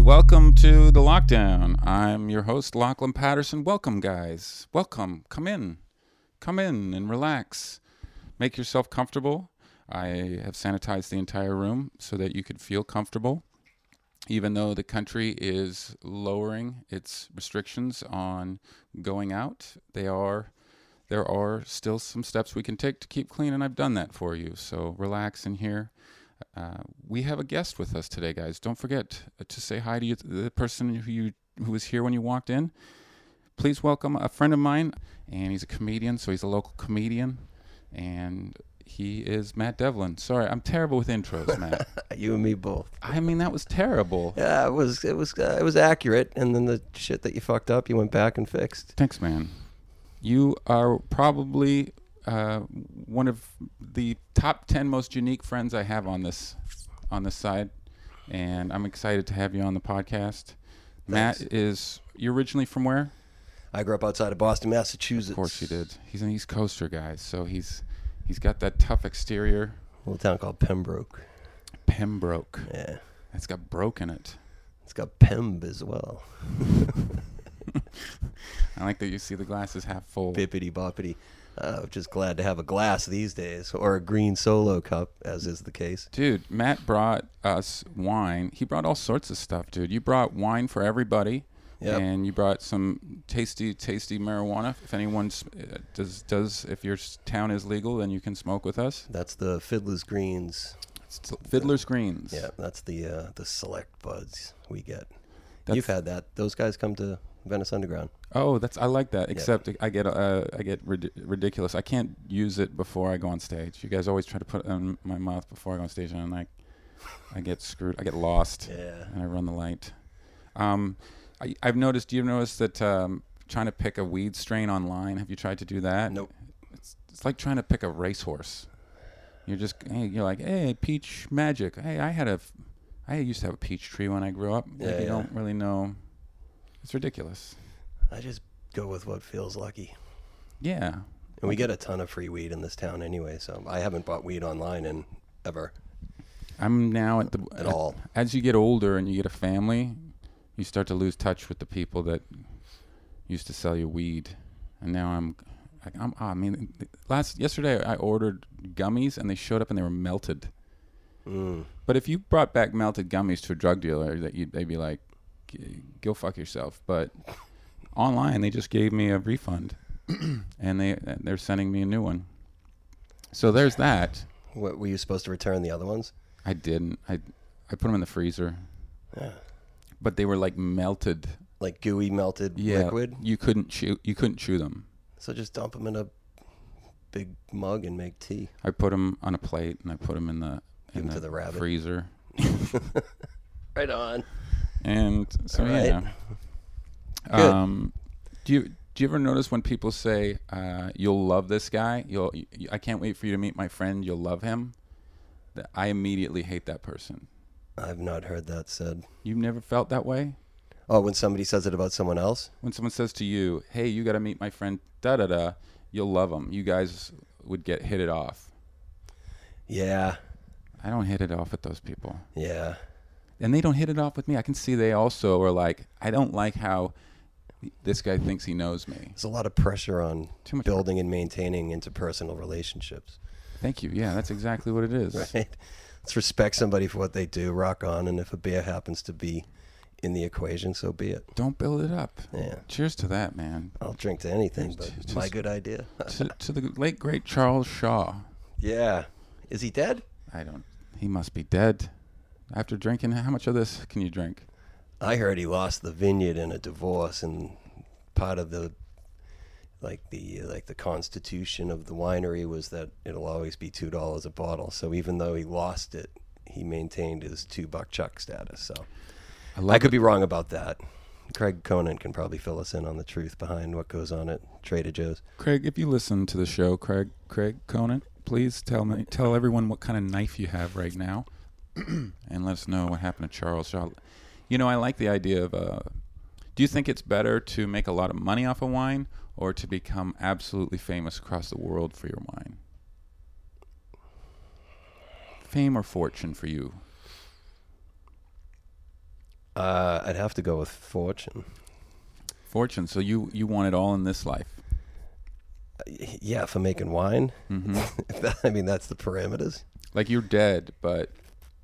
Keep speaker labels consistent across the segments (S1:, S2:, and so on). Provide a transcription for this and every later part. S1: welcome to the lockdown. I'm your host, Lachlan Patterson. Welcome, guys. Welcome. Come in. Come in and relax. Make yourself comfortable. I have sanitized the entire room so that you could feel comfortable. Even though the country is lowering its restrictions on going out, they are there are still some steps we can take to keep clean, and I've done that for you. So relax in here. Uh, we have a guest with us today, guys. Don't forget uh, to say hi to you, the person who you who was here when you walked in. Please welcome a friend of mine, and he's a comedian, so he's a local comedian, and he is Matt Devlin. Sorry, I'm terrible with intros, Matt.
S2: You and me both.
S1: I mean, that was terrible.
S2: Yeah, it was it was uh, it was accurate, and then the shit that you fucked up, you went back and fixed.
S1: Thanks, man. You are probably uh, one of the top ten most unique friends I have on this on this side, and I'm excited to have you on the podcast. Matt
S2: Thanks.
S1: is you're originally from where?
S2: I grew up outside of Boston, Massachusetts.
S1: Of course you did. He's an East Coaster guy, so he's he's got that tough exterior.
S2: A little town called Pembroke.
S1: Pembroke.
S2: Yeah,
S1: It's got broke in it.
S2: it's got Pemb as well.
S1: I like that you see the glasses half full.
S2: Bippity boppity. Uh, just glad to have a glass these days, or a green solo cup, as is the case.
S1: Dude, Matt brought us wine. He brought all sorts of stuff, dude. You brought wine for everybody,
S2: Yep.
S1: and you brought some tasty, tasty marijuana. If anyone s- uh, does, does if your s- town is legal, then you can smoke with us.
S2: That's the Fiddler's Greens.
S1: It's t- Fiddler's Greens.
S2: Yeah, that's the uh, the select buds we get.
S1: That's-
S2: You've had that. Those guys come to Venice Underground.
S1: Oh, that's I like that. Except I get uh, I get rid- ridiculous. I can't use it before I go on stage. You guys always try to put it in my mouth before I go on stage, and I, I get screwed. I get lost.
S2: Yeah.
S1: And I run the light. Um, I, I've noticed. You've noticed that um, trying to pick a weed strain online. Have you tried to do that?
S2: Nope.
S1: It's, it's like trying to pick a racehorse. You're just hey, you're like hey peach magic. Hey, I had a, f- I used to have a peach tree when I grew up. Like,
S2: Yeah,
S1: you
S2: yeah.
S1: don't really know. It's ridiculous.
S2: I just go with what feels lucky.
S1: Yeah.
S2: And we get a ton of free weed in this town anyway, so I haven't bought weed online in ever.
S1: I'm now at the
S2: At all.
S1: As you get older and you get a family, you start to lose touch with the people that used to sell you weed, and now I'm, I- I'm. I mean, last yesterday I ordered gummies and they showed up and they were melted. But if you brought back melted gummies to a drug dealer, that you'd they'd be like, "G- go fuck yourself. But online they just gave me a refund, and they they're sending me a new one. So there's that.
S2: What were you supposed to return the other ones?
S1: I didn't. I I put them in the freezer. But they were like melted
S2: Like gooey melted liquid.
S1: You couldn't chew. You couldn't chew them.
S2: So just dump them in a big mug and make tea.
S1: I put them on a plate and I put them in the
S2: Give 'em
S1: in
S2: to the rabbit.
S1: freezer.
S2: Right on.
S1: And so
S2: All right.
S1: yeah.
S2: Good.
S1: Um, do you do you ever notice when people say uh, you'll love this guy? You'll you, I can't wait for you to meet my friend. You'll love him. That- I immediately hate that person.
S2: I've not heard that said.
S1: You've never felt that way
S2: Oh, when somebody says it about someone else?
S1: when someone says to you, "Hey, you got to meet my friend da da da," you'll love him. You guys would get hit it off.
S2: Yeah.
S1: I don't hit it off with those people,
S2: Yeah.
S1: and they don't hit it off with me. I can see they also are like, I don't like how this guy thinks he knows me.
S2: There's a lot of pressure on
S1: Too much
S2: building and maintaining interpersonal relationships.
S1: Thank you. Yeah, that's exactly what it is.
S2: Right? Let's respect somebody for what they do, rock on, and if a beer happens to be in the equation, so be it.
S1: Don't build it up.
S2: Yeah.
S1: Cheers to that, man.
S2: I'll drink to anything, but
S1: Just-
S2: it's my good idea.
S1: to, to the late great Charles Shaw.
S2: yeah. Is he dead?
S1: I don't. He must be dead. After drinking, how much of this can you drink?
S2: I heard he lost the vineyard in a divorce and part of the like the like the constitution of the winery was that it'll always be two dollars a bottle. So even though he lost it, he maintained his two buck chuck status. So
S1: I
S2: I
S1: love
S2: could be wrong about that. Craig Conan can probably fill us in on the truth behind what goes on at Trader Joe's.
S1: Craig, if you listen to the show, Craig, Craig Conan, please tell me, tell everyone what kind of knife you have right now, and let us know what happened to Charles Shaw. You know, I like the idea of. Uh, do you think it's better to make a lot of money off of wine, or to become absolutely famous across the world for your wine? Fame or fortune for you?
S2: Uh, I'd have to go with fortune.
S1: Fortune. So you you want it all in this life.
S2: Yeah, for making wine. If that- I mean, that's the parameters.
S1: Like you're dead, but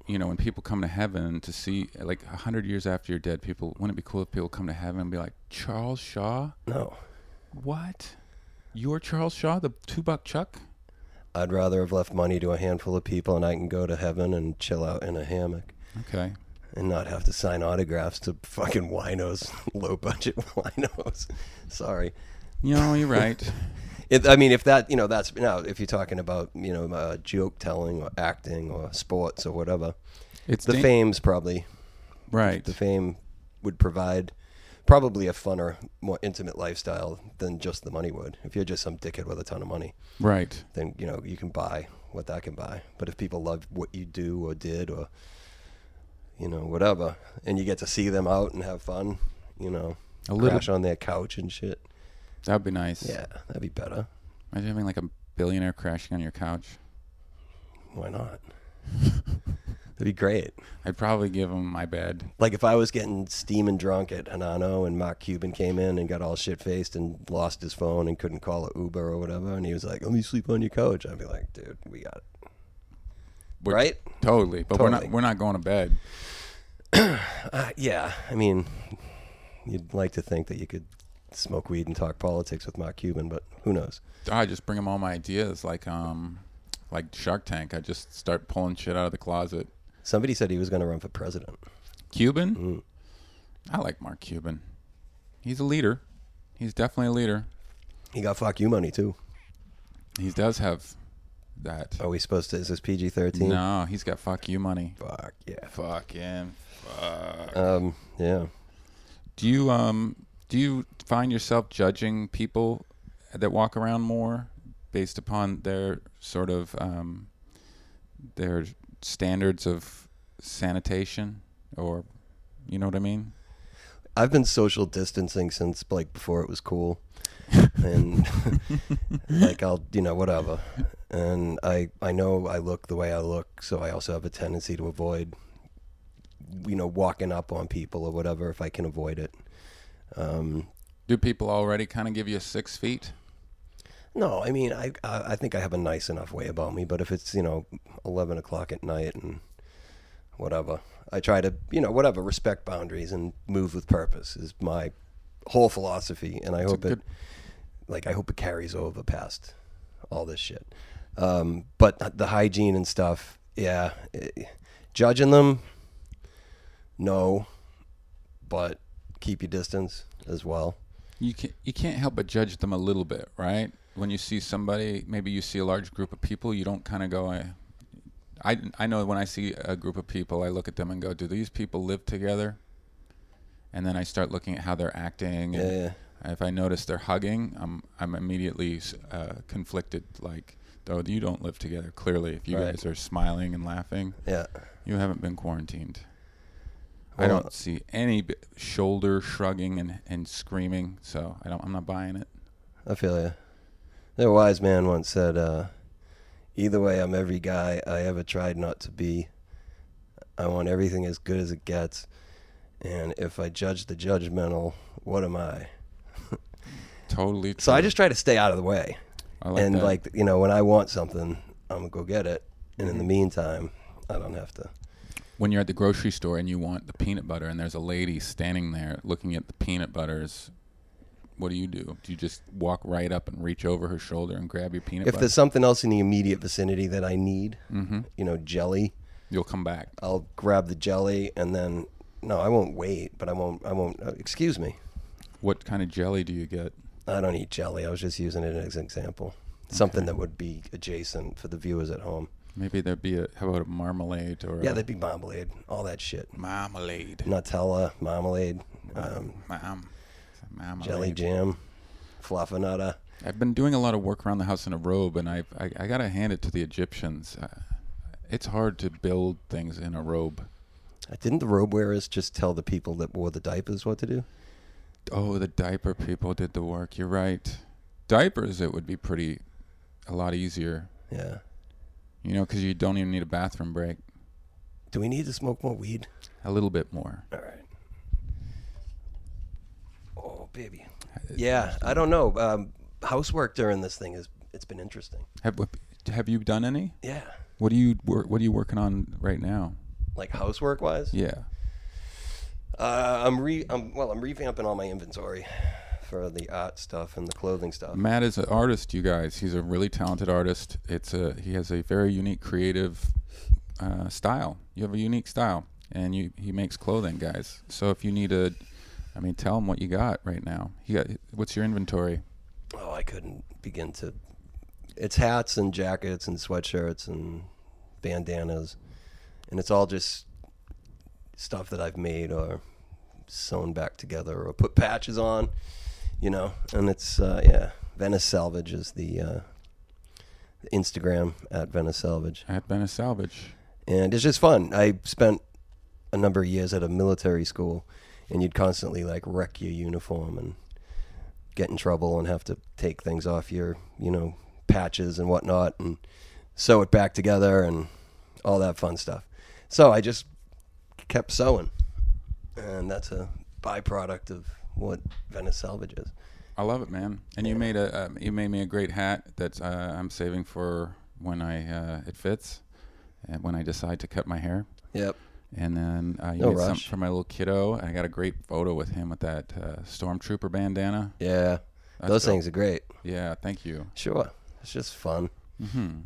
S1: you know when people come to heaven to see like a hundred years after you're dead, people wouldn't it be cool if people come to heaven and be like Charles Shaw?
S2: No,
S1: What? You're Charles Shaw, the two buck chuck?
S2: I'd rather have left money to a handful of people, and I can go to heaven and chill out in a hammock
S1: Okay.
S2: and not have to sign autographs to fucking winos, low budget winos. Sorry.
S1: You know, you're right.
S2: If, I mean, if that you know, that's now if you're talking about you know uh, joke telling or acting or sports or whatever,
S1: It's
S2: the
S1: dan-
S2: fame's probably
S1: right.
S2: the fame would provide probably a funner, more intimate lifestyle than just the money would. If you're just some dickhead with a ton of money,
S1: Right.
S2: then you know you can buy what that can buy. But if people love what you do or did or you know whatever, and you get to see them out and have fun, you know,
S1: A little.
S2: crash on their couch and shit.
S1: That would be nice.
S2: Yeah, that'd be better.
S1: Imagine having like a billionaire crashing on your couch.
S2: Why not? that'd be great.
S1: I'd probably give him my bed.
S2: Like if I was getting steaming drunk at Hanano and Mark Cuban came in and got all shit faced and lost his phone and couldn't call a Uber or whatever, and he was like, "Let me sleep on your couch," I'd be like, "Dude, we got it,
S1: We're-
S2: right?"
S1: Totally. But we're not
S2: Totally.
S1: we're not going to bed.
S2: Uh, yeah, I mean, you'd like to think that you could smoke weed and talk politics with Mark Cuban, but who knows?
S1: I just bring him all my ideas like um like Shark Tank. I just start pulling shit out of the closet.
S2: Somebody said he was going to run for president.
S1: Cuban? I like Mark Cuban. He's a leader. He's definitely a leader.
S2: He got fuck you money too.
S1: He does have that.
S2: Are we supposed to? Is this PG thirteen?
S1: No, he's got fuck you money.
S2: Fuck yeah.
S1: Fuck him. Fuck.
S2: Um, yeah.
S1: Do you um do you find yourself judging people that walk around more based upon their sort of um their standards of sanitation or you know what I mean?
S2: I've been social distancing since like before it was cool, and like I'll you know whatever, and I I know I look the way I look, so I also have a tendency to avoid you know walking up on people or whatever if I can avoid it. Um,
S1: Do people already kind of give you a six feet?
S2: no, I mean I I I think I have a nice enough way about me, but if it's you know eleven o'clock at night and whatever, I try to you know whatever respect boundaries and move with purpose is my whole philosophy, and I
S1: It's a
S2: hope it.
S1: good-
S2: like I hope it carries over past all this shit. Um, but th- the hygiene and stuff, yeah, eh, judging them, no, but keep your distance as well.
S1: you can you can't help but judge them a little bit, right? When you see somebody, maybe you see a large group of people, you don't kind of go. I, I I know when I see a group of people, I look at them and go, "Do these people live together?" And then I start looking at how they're acting.
S2: Yeah,
S1: and
S2: yeah.
S1: If I notice they're hugging, I'm I'm immediately uh, conflicted. Like, though you don't live together clearly. If you
S2: Right.
S1: guys are smiling and laughing,
S2: Yeah,
S1: you haven't been quarantined. I
S2: Well-
S1: don't see any b- shoulder shrugging and, and screaming, so I don't. I'm not buying it.
S2: I feel you. A wise man once said, uh, "Either way, I'm every guy I ever tried not to be. I want everything as good as it gets, and if I judge the judgmental, what am I?"
S1: Totally.
S2: So I
S1: true.
S2: just try to stay out of the way.
S1: I like
S2: and
S1: that.
S2: like you know when i want something i'm gonna go get it and in the meantime i don't have to
S1: when you're at the grocery store and you want the peanut butter, and there's a lady standing there looking at the peanut butters. What do you do? Do you just walk right up and reach over her shoulder and grab your peanut
S2: if
S1: butter?
S2: there's something else in the immediate vicinity that i need you know jelly
S1: You'll come back.
S2: i'll grab the jelly and then no i won't wait but i won't i won't uh, excuse me
S1: What kind of jelly do you get?
S2: i don't eat jelly i was just using it as an example something that would be adjacent for the viewers at home
S1: Maybe there'd be a how about a marmalade or
S2: yeah
S1: a
S2: that'd be marmalade all that shit
S1: marmalade.
S2: nutella marmalade um,
S1: Mam- marmalade.
S2: jelly jam fluffernutter
S1: I've been doing a lot of work around the house in a robe, and I've, I I gotta hand it to the Egyptians. Uh, it's hard to build things in a robe.
S2: Didn't the robe wearers just tell the people that wore the diapers what to do?
S1: Oh, the diaper people did the work. You're right. Diapers, it would be pretty, a lot easier.
S2: Yeah.
S1: You know, because you don't even need a bathroom break.
S2: Do we need to smoke more weed?
S1: A little bit more.
S2: All right. Oh, baby. Yeah, I don't know. Um, housework during this thing is it's been interesting.
S1: Have, have you done any?
S2: Yeah,
S1: What are you wor- What are you working on right now?
S2: like housework wise.
S1: Yeah.
S2: Uh, I'm re I'm, well, I'm revamping all my inventory for the art stuff and the clothing stuff.
S1: Matt is an artist, you guys. He's a really talented artist. It's a he has a very unique creative uh, style. You have a unique style, and you he makes clothing, guys. So if you need a, I mean, tell him what you got right now. He got what's your inventory?
S2: Oh, I couldn't begin to. It's hats and jackets and sweatshirts and bandanas, and it's all just stuff that I've made or sewn back together or put patches on, you know. And it's uh, yeah, Venice Salvage is the uh, Instagram at Venice Salvage,
S1: At Venice Salvage.
S2: and it's just fun. I spent a number of years at a military school, and you'd constantly like wreck your uniform and get in trouble and have to take things off your, you know, patches and whatnot and sew it back together and all that fun stuff. So I just kept sewing, and that's a byproduct of what Venice Salvage is.
S1: I love it, man. And you made a um, you made me a great hat that uh, I'm saving for when I uh, it fits, and when I decide to cut my hair.
S2: Yep.
S1: And then uh, you
S2: No
S1: made something
S2: rush.
S1: for my little kiddo. And I got a great photo with him with that uh, stormtrooper bandana.
S2: Yeah. Those
S1: dope.
S2: things are great.
S1: Yeah, thank you.
S2: Sure. It's just fun.
S1: hmm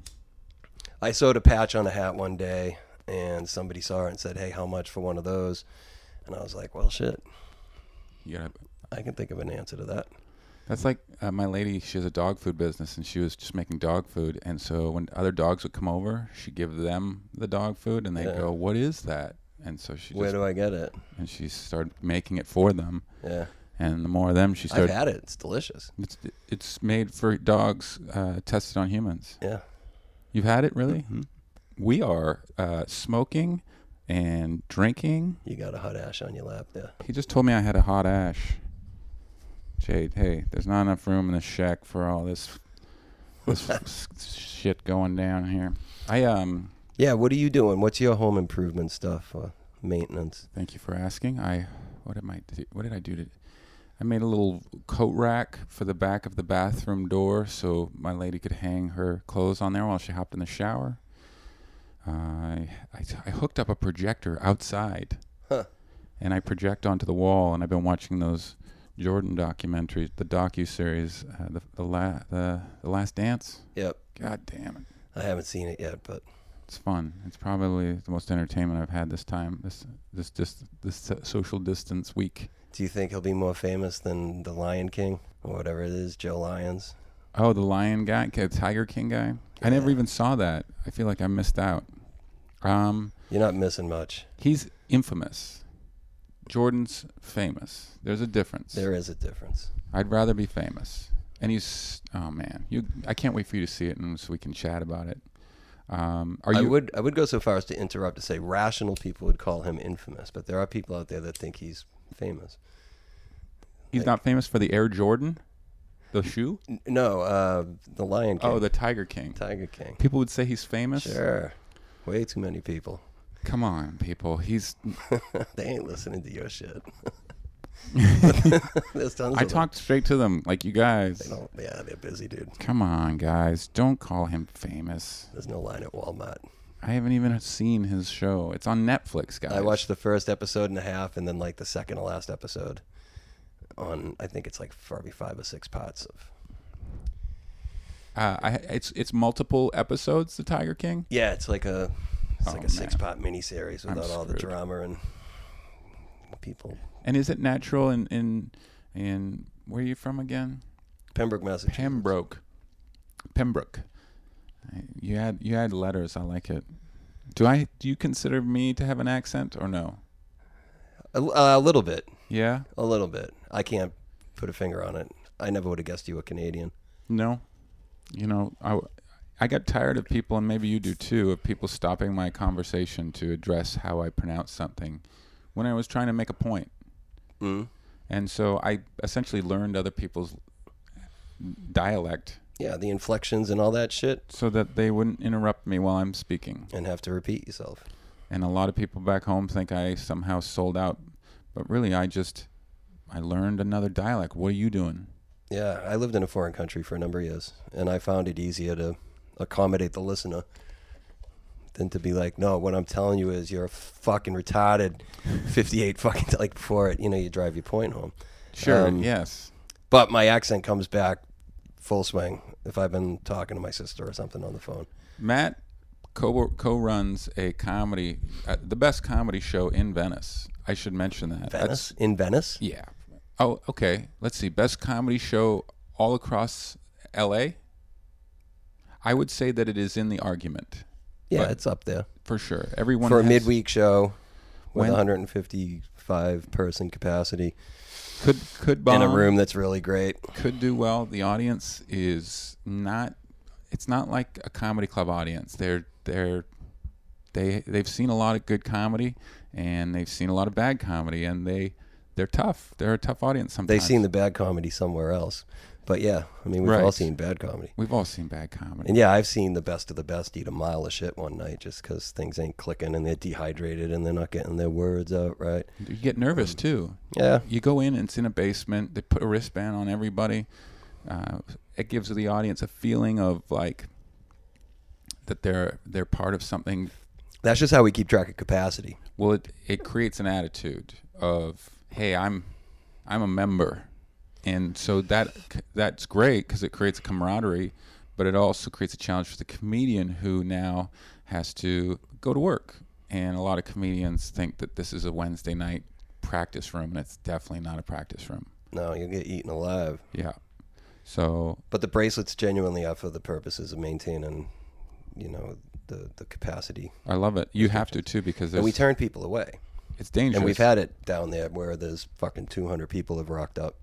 S2: I sewed a patch on a hat one day, and somebody saw it and said, "Hey, how much for one of those?" And I was like, "Well, shit,
S1: You gotta.
S2: I can think of an answer to that."
S1: That's like uh, my lady. She has a dog food business, and she was just making dog food. And so when other dogs would come over, she would give them the dog food, and they
S2: Yeah.
S1: go, "What is that?" And so she
S2: Where
S1: just,
S2: do I get it?
S1: and she started making it for them.
S2: Yeah,
S1: And the more of them, she
S2: I've
S1: started.
S2: had it. It's delicious.
S1: It's it's made for dogs, uh, tested on humans.
S2: Yeah, Mm-hmm.
S1: You've had it, really? We are uh, smoking and drinking.
S2: you got a hot ash on your lap there.
S1: He just told me I had a hot ash. Jade, hey, there's not enough room in the shack for all this this s- shit going down here. I um,
S2: Yeah, what are you doing? What's your home improvement stuff? Uh, maintenance.
S1: thank you for asking. I what am I do- what did I do to I made a little coat rack for the back of the bathroom door so my lady could hang her clothes on there while she hopped in the shower. I I, I hooked up a projector outside,
S2: Huh.
S1: and I project onto the wall. And I've been watching those Jordan documentaries, the docu series, uh, the the, la- the the Last Dance.
S2: Yep,
S1: God damn it,
S2: I haven't seen it yet, but
S1: it's fun. It's probably the most entertainment I've had this time. This this just this uh, social distance week.
S2: do you think he'll be more famous than the Lion King or whatever it is, Joe Lyons?
S1: Oh, the lion guy, K- Tiger King guy. I never
S2: Yeah.
S1: even saw that. I feel like I missed out. Um,
S2: You're not missing much.
S1: he's infamous. Jordan's famous. There's a difference.
S2: There is a difference.
S1: I'd rather be famous. And he's oh man, you. I can't wait for you to see it, and so we can chat about it. Um, are
S2: I
S1: you?
S2: would I would go so far as to interrupt to say rational people would call him infamous, but there are people out there that think he's famous.
S1: he's
S2: like-
S1: not famous for the Air Jordan, the shoe.
S2: N- No, uh, the Lion King,
S1: Oh, the Tiger King.
S2: Tiger King.
S1: People would say he's famous.
S2: Sure, way too many people.
S1: Come on, people. He's.
S2: they ain't listening to your shit. There's tons
S1: I
S2: of
S1: talked straight to them, like you guys.
S2: Them. They don't, yeah, they're busy, dude.
S1: Come on, guys. Don't call him famous.
S2: There's no line at Walmart.
S1: I haven't even seen his show. It's on Netflix, guys.
S2: I watched the first episode and a half, and then like the second to last episode. On I think it's like probably five or six parts of.
S1: Uh, I, it's it's multiple episodes. The Tiger King.
S2: Yeah, it's like a it's
S1: Oh,
S2: like a
S1: man.
S2: six part miniseries
S1: I'm
S2: without all the
S1: screwed.
S2: drama and people.
S1: And is it natural in in in where are you from again?
S2: Pembroke, Massachusetts.
S1: Pembroke. Pembroke. I- You had you had letters. I like it. Do I? Do you consider me to have an accent or no?
S2: A, a little bit,
S1: Yeah.
S2: a little bit. I can't put a finger on it. I never would have guessed you were Canadian.
S1: No. You know, I w- I got tired of people, and maybe you do too, of people stopping my conversation to address how I pronounce something when I was trying to make a point.
S2: Mm.
S1: And so I essentially learned other people's dialect
S2: Yeah, the inflections and all that shit,
S1: so that they wouldn't interrupt me while I'm speaking.
S2: and have to repeat yourself.
S1: And a lot of people back home think I somehow sold out, but really I just I learned another dialect. What are you doing?
S2: Yeah, I lived in a foreign country for a number of years, and I found it easier to accommodate the listener than to be like, no, what I'm telling you is you're fucking retarded. 58 fucking like before it, you know, you drive your point home.
S1: Sure.
S2: Um,
S1: Uh, yes.
S2: But my accent comes back full swing if I've been talking to my sister or something on the phone.
S1: Matt co co runs a comedy, uh, the best comedy show in Venice. I should mention that. That's-
S2: Venice in Venice.
S1: Yeah. Oh, okay. Let's see. Best comedy show all across L.A. I would say that it is in the argument
S2: Yeah,
S1: But-
S2: it's up there
S1: for sure. Everyone
S2: for a
S1: has-
S2: midweek show with
S1: When-
S2: 155 person capacity
S1: could could bomb,
S2: in a room that's really great.
S1: could do well. The audience is not. It's not like a comedy club audience. They're they're they they've seen a lot of good comedy and they've seen a lot of bad comedy and they they're tough. They're a tough audience sometimes.
S2: They've seen the bad comedy somewhere else, but yeah, I mean we've all
S1: Right.
S2: seen bad comedy.
S1: We've all seen bad comedy.
S2: And yeah, I've seen the best of the best eat a mile of shit one night just because things ain't clicking and they're dehydrated and they're not getting their words out right.
S1: You get nervous too.
S2: Yeah.
S1: You go in and it's in a basement. They put a wristband on everybody. Uh, it gives the audience a feeling of like that they're they're part of something.
S2: That's just how we keep track of capacity.
S1: Well, it it creates an attitude of hey, I'm I'm a member, and so that that's great because it creates camaraderie, but it also creates a challenge for the comedian who now has to go to work. And a lot of comedians think that this is a Wednesday night practice room, and it's definitely not a practice room.
S2: No, you'll get eaten alive.
S1: Yeah. So
S2: But the bracelets genuinely are for the purposes of maintaining, you know, the, the capacity.
S1: I love it. You have to too because
S2: And we
S1: there's-
S2: turn people away.
S1: it's dangerous.
S2: And we've had it down there where there's fucking 200 people have rocked up.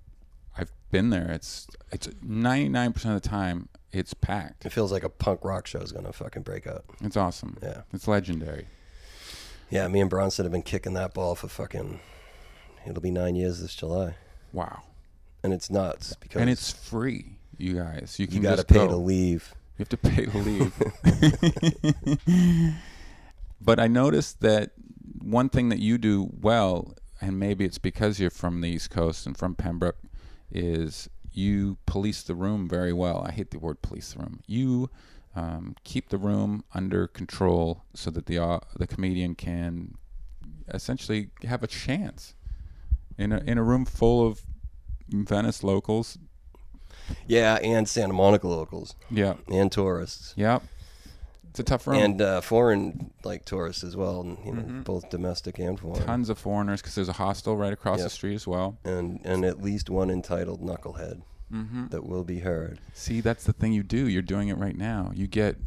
S1: I've been there. It's it's 99% of the time it's packed.
S2: It feels like a punk rock show's going to fucking break out.
S1: It's awesome.
S2: Yeah.
S1: It's legendary.
S2: Yeah, me and Bronson have been kicking that ball for fucking, it'll be nine years this July.
S1: Wow.
S2: And it's nuts because
S1: And it's free, you guys. You can
S2: you got to
S1: just
S2: pay
S1: go.
S2: to leave.
S1: You have to pay to leave. but I noticed that one thing that you do well, and maybe it's because you're from the East Coast and from Pembroke, is you police the room very well. I hate the word police the room. You um, keep the room under control so that the uh, the comedian can essentially have a chance in a in a room full of Venice locals.
S2: Yeah, and Santa Monica locals
S1: Yeah,
S2: and tourists.
S1: yeah. It's a tough room.
S2: And uh, foreign like tourists as well, and, you know,
S1: Mm-hmm.
S2: both domestic and foreign.
S1: tons of foreigners because there's a hostel right across the
S2: Yep.
S1: street as well.
S2: and and at least one entitled knucklehead that will be heard.
S1: See, that's the thing you do. You're doing it right now. You get,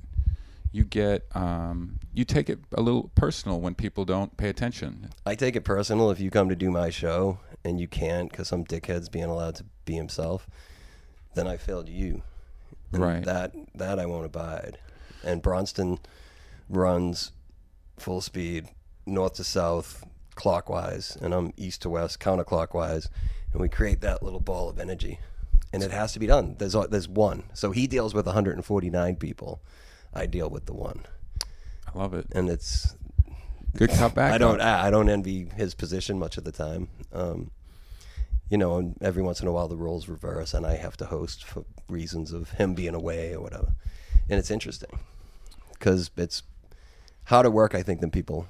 S1: you get, um, you take it a little personal when people don't pay attention.
S2: I take it personal if you come to do my show and you can't because some dickhead's being allowed to be himself, then I failed you. And
S1: Right.
S2: That that I won't abide. And Bronston runs full speed north to south clockwise and I'm east to west counterclockwise and we create that little ball of energy and it has to be done there's a- there's one so he deals with 149 people I deal with the one
S1: I love it.
S2: and it's
S1: Good cutback.
S2: I don't. I I don't envy his position much of the time. Um, you know, and every once in a while the roles reverse, and I have to host for reasons of him being away or whatever. And it's interesting because it's harder work, I think, than people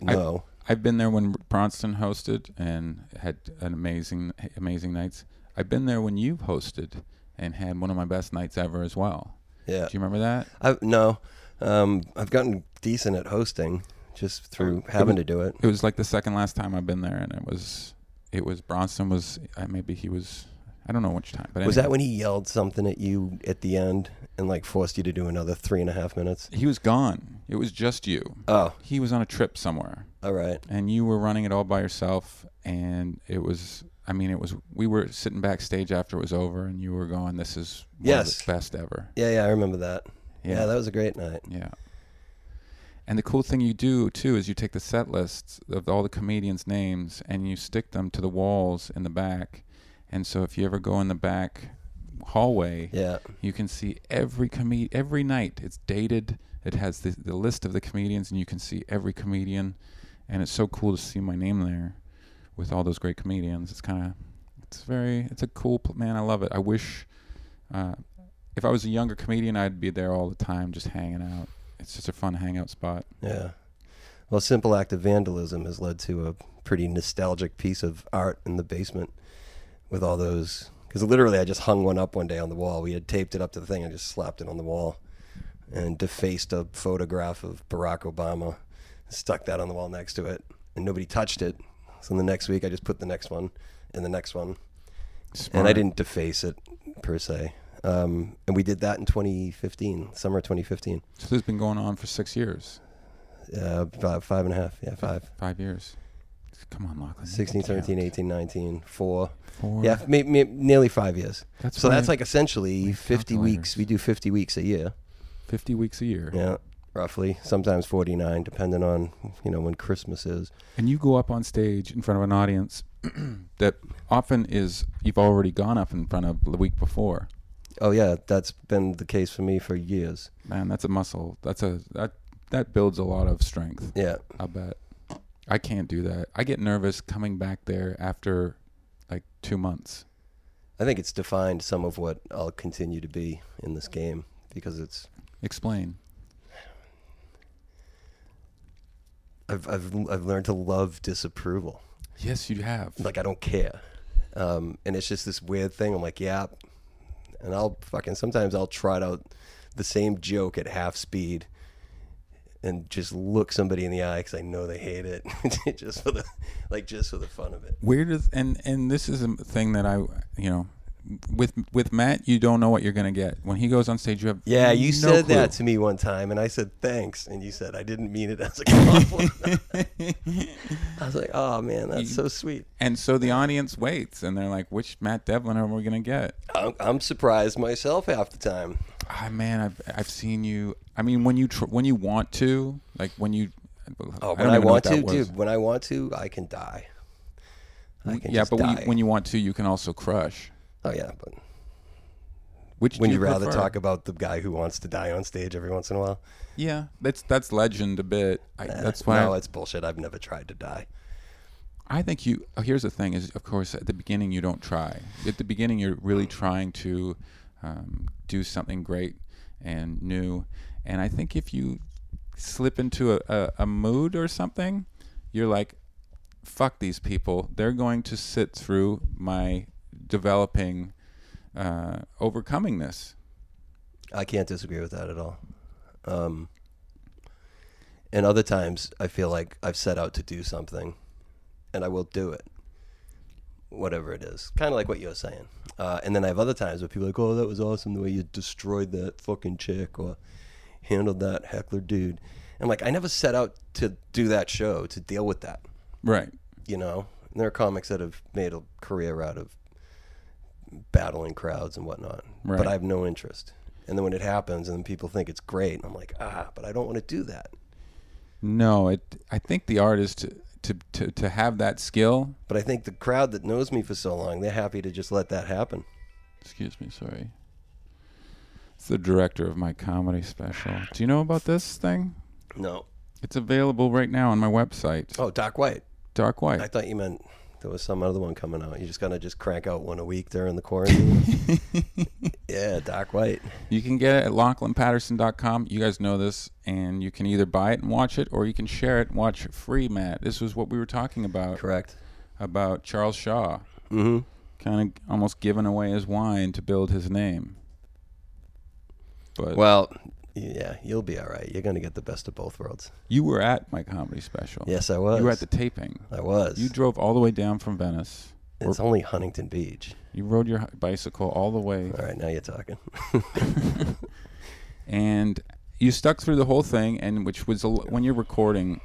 S2: know.
S1: I've been there when Bronston hosted and had an amazing, amazing nights. I've been there when you've hosted and had one of my best nights ever as well.
S2: yeah.
S1: Do you remember that?
S2: I no. Um, I've gotten decent at hosting just through having to do it.
S1: It was like the second last time I've been there, and it was, it was Bronston was uh, maybe he was, I don't know which time, but
S2: Was
S1: anyway.
S2: that when he yelled something at you at the end and like forced you to do another three and a half minutes?
S1: He was gone. It was just you.
S2: Oh,
S1: He was on a trip somewhere,
S2: all right.
S1: and you were running it all by yourself. And it was, I mean, it was. We were sitting backstage after it was over, and you were going, "This is one
S2: Yes.
S1: of the best ever."
S2: Yeah, yeah, I remember that.
S1: Yeah.
S2: yeah that was a great night.
S1: Yeah. And the cool thing you do too is you take the set lists of all the comedians' names and you stick them to the walls in the back. And so if you ever go in the back hallway,
S2: Yeah.
S1: you can see every comed every night. It's dated. It has the, the list of the comedians, and you can see every comedian. And it's so cool to see my name there, with all those great comedians. It's kind of it's very it's a cool pl- man. I love it. I wish uh, if I was a younger comedian, I'd be there all the time, just hanging out. It's just a fun hangout spot.
S2: Yeah. Well, simple act of vandalism has led to a pretty nostalgic piece of art in the basement with all those. Because literally, I just hung one up one day on the wall. We had taped it up to the thing and just slapped it on the wall and defaced a photograph of Barack Obama, stuck that on the wall next to it, and nobody touched it. So the next week, I just put the next one and the next one. And I
S1: Smart.
S2: didn't deface it per se. Um, and we did that in 2015, summer 2015.
S1: So this has been going on for six years,
S2: Uh, about five and a half. Yeah, five.
S1: five years. Come on, Lachlan.
S2: 16, 17, 18, 19, four.
S1: Four.
S2: Yeah, may, may, nearly five years.
S1: That's
S2: so that's
S1: right.
S2: like essentially
S1: We've
S2: 50 weeks.
S1: calculators.
S2: We do 50 weeks a year.
S1: 50 weeks a year.
S2: Yeah, roughly. Sometimes 49, depending on, you know, when Christmas is.
S1: And you go up on stage in front of an audience that often is you've already gone up in front of the week before.
S2: Oh, yeah, that's been the case for me for years.
S1: Man, that's a muscle. That's a that that builds a lot of strength.
S2: Yeah.
S1: I bet. I can't do that. I get nervous coming back there after like two months.
S2: I think it's defined some of what I'll continue to be in this game because it's
S1: Explain.
S2: I've, I've, I've learned to love disapproval.
S1: Yes, you have.
S2: Like, I don't care. Um, and it's just this weird thing. I'm like, yeah. And I'll fucking, sometimes I'll trot out the same joke at half speed and just look somebody in the eye because I know they hate it. just for the, like, just for the fun of it.
S1: Where does and and this is a thing that I you know with with Matt you don't know what you're gonna get when he goes on stage. You have
S2: Yeah, you
S1: no
S2: said
S1: clue.
S2: that to me one time, and I said thanks, and you said I didn't mean it as a compliment. I was like, "Oh man, that's so sweet."
S1: And so the audience waits, and they're like, "Which Matt Devlin are we gonna get?"
S2: I'm, I'm surprised myself half the time.
S1: Ah, man, I've I've seen you. I mean, when you tr- when you want to, like when you.
S2: Oh,
S1: don't
S2: when
S1: even
S2: I,
S1: know what
S2: want to,
S1: that was.
S2: dude. When I want to, I can die. I can
S1: yeah,
S2: just
S1: but when
S2: die.
S1: you, when you want to, you can also crush.
S2: oh yeah, but
S1: Which
S2: when
S1: do
S2: you rather
S1: prefer?
S2: talk about the guy who wants to die on stage every once in a while.
S1: Yeah, that's that's legend a bit. I, that's why
S2: Uh, No,
S1: I,
S2: it's bullshit. I've never tried to die.
S1: I think you. oh, Here's the thing: is of course at the beginning you don't try. At the beginning you're really trying to um, do something great and new. And I think if you slip into a, a, a mood or something, you're like, "Fuck these people! They're going to sit through my developing, uh, overcoming this."
S2: I can't disagree with that at all. Um, and other times, I feel like I've set out to do something, and I will do it, whatever it is. Kind of like what you're saying. Uh, and then I have other times where people are like, "Oh, that was awesome the way you destroyed that fucking chick or handled that heckler dude." And like, I never set out to do that show to deal with that
S1: Right.
S2: you know And there are comics that have made a career out of battling crowds and whatnot
S1: Right.
S2: but i have no interest and then when it happens and then people think it's great i'm like ah but i don't want to do that
S1: No, it. I think the art is to to to, to have that skill.
S2: but i think the crowd that knows me for so long they're happy to just let that happen
S1: Excuse me, sorry. It's the director of my comedy special. Do you know about this thing?
S2: no
S1: It's available right now on my website,
S2: oh doc white
S1: Dark
S2: i
S1: White.
S2: thought you meant there was some other one coming out you just gonna just crank out one a week during the quarantine yeah doc white
S1: You can get it at LachlanPatterson.com. You guys know this, and you can either buy it and watch it, or you can share it and watch it free, Matt. This was what we were talking about
S2: correct
S1: about Charles Shaw,
S2: mm-hmm
S1: kind of almost giving away his wine to build his name. But
S2: well yeah you'll be all right you're gonna get the best of both worlds
S1: you were at my comedy special.
S2: yes i was
S1: you were at the taping.
S2: i was
S1: You drove all the way down from Venice.
S2: It's only Huntington Beach.
S1: You rode your hi- bicycle all the way,
S2: All right, now you're talking.
S1: and you stuck through the whole thing. And which was a l when you're recording,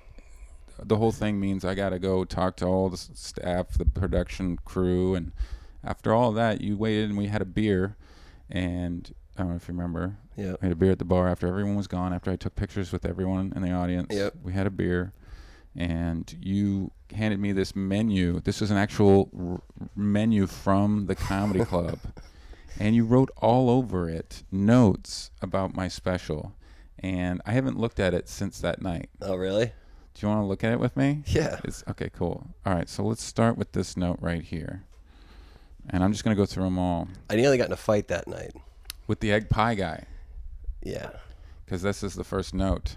S1: the whole thing means I gotta go talk to all the s- staff, the production crew, and after all that, you waited and we had a beer, and I don't know if you remember,
S2: Yeah.
S1: we had a beer at the bar after everyone was gone. After I took pictures with everyone in the audience,
S2: Yep.
S1: we had a beer, and you handed me this menu. This is an actual r- menu from the comedy club, and you wrote all over it notes about my special. And I haven't looked at it since that night.
S2: Oh, really?
S1: Do you want to look at it with me?
S2: Yeah.
S1: It's, okay, cool. All right, so let's start with this note right here. And I'm just going to go through them all.
S2: I nearly got in a fight that night.
S1: With the egg pie guy,
S2: Yeah.
S1: because this is the first note.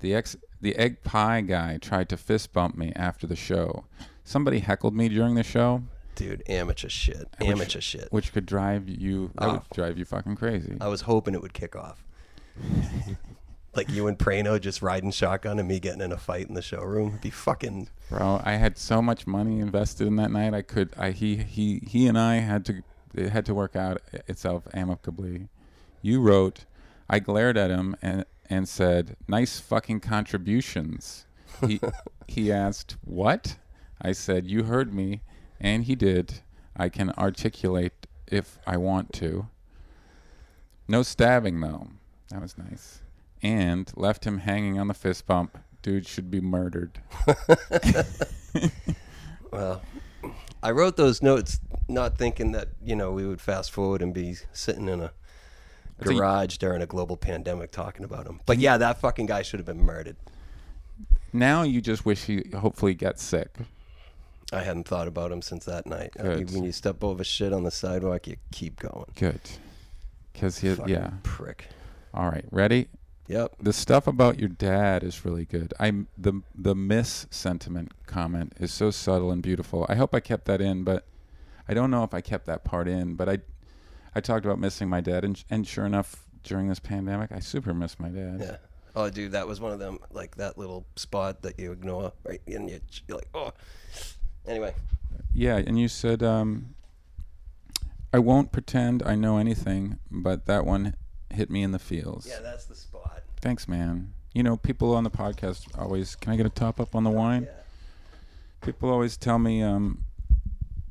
S1: The, ex, the egg pie guy tried to fist bump me after the show. Somebody heckled me during the show,
S2: Dude, amateur shit.
S1: which-
S2: Amateur shit.
S1: which could drive you that would
S2: Oh.
S1: drive you fucking crazy.
S2: I was hoping it would kick off. like you and Prano just riding shotgun and me getting in a fight in the showroom. It'd be fucking
S1: Bro, I had so much money invested in that night. I could, I he he he and I had to it had to work out itself amicably. You wrote, I glared at him and and said, "Nice fucking contributions." He he asked, "What?" I said, "You heard me," and he did. I can articulate if I want to. No stabbing though. That was nice. And left him hanging on the fist bump. Dude should be murdered.
S2: well. I wrote those notes not thinking that, you know, we would fast forward and be sitting in a
S1: a-
S2: garage during a global pandemic talking about him. But yeah, that fucking guy should have been murdered.
S1: Now you just wish he hopefully gets sick.
S2: I hadn't thought about him since that night. I
S1: Good.
S2: mean, when you step over shit on the sidewalk, you keep going.
S1: Good. Cause he,
S2: Fucking
S1: yeah.
S2: prick.
S1: All right, ready.
S2: Yep.
S1: The stuff about your dad is really good. I am the the miss sentiment comment is so subtle and beautiful. I hope I kept that in, but I don't know if I kept that part in. But I, I talked about missing my dad, and and sure enough, during this pandemic, I super miss my dad.
S2: Yeah. Oh, dude, that was one of them, like that little spot that you ignore, right? And you- you're like, oh. Anyway,
S1: Yeah, and you said, um, I won't pretend I know anything, but that one hit me in the feels.
S2: yeah, that's the spot.
S1: Thanks, man. You know, people on the podcast always. Can I get a top up on the wine?
S2: Yeah.
S1: People always tell me um,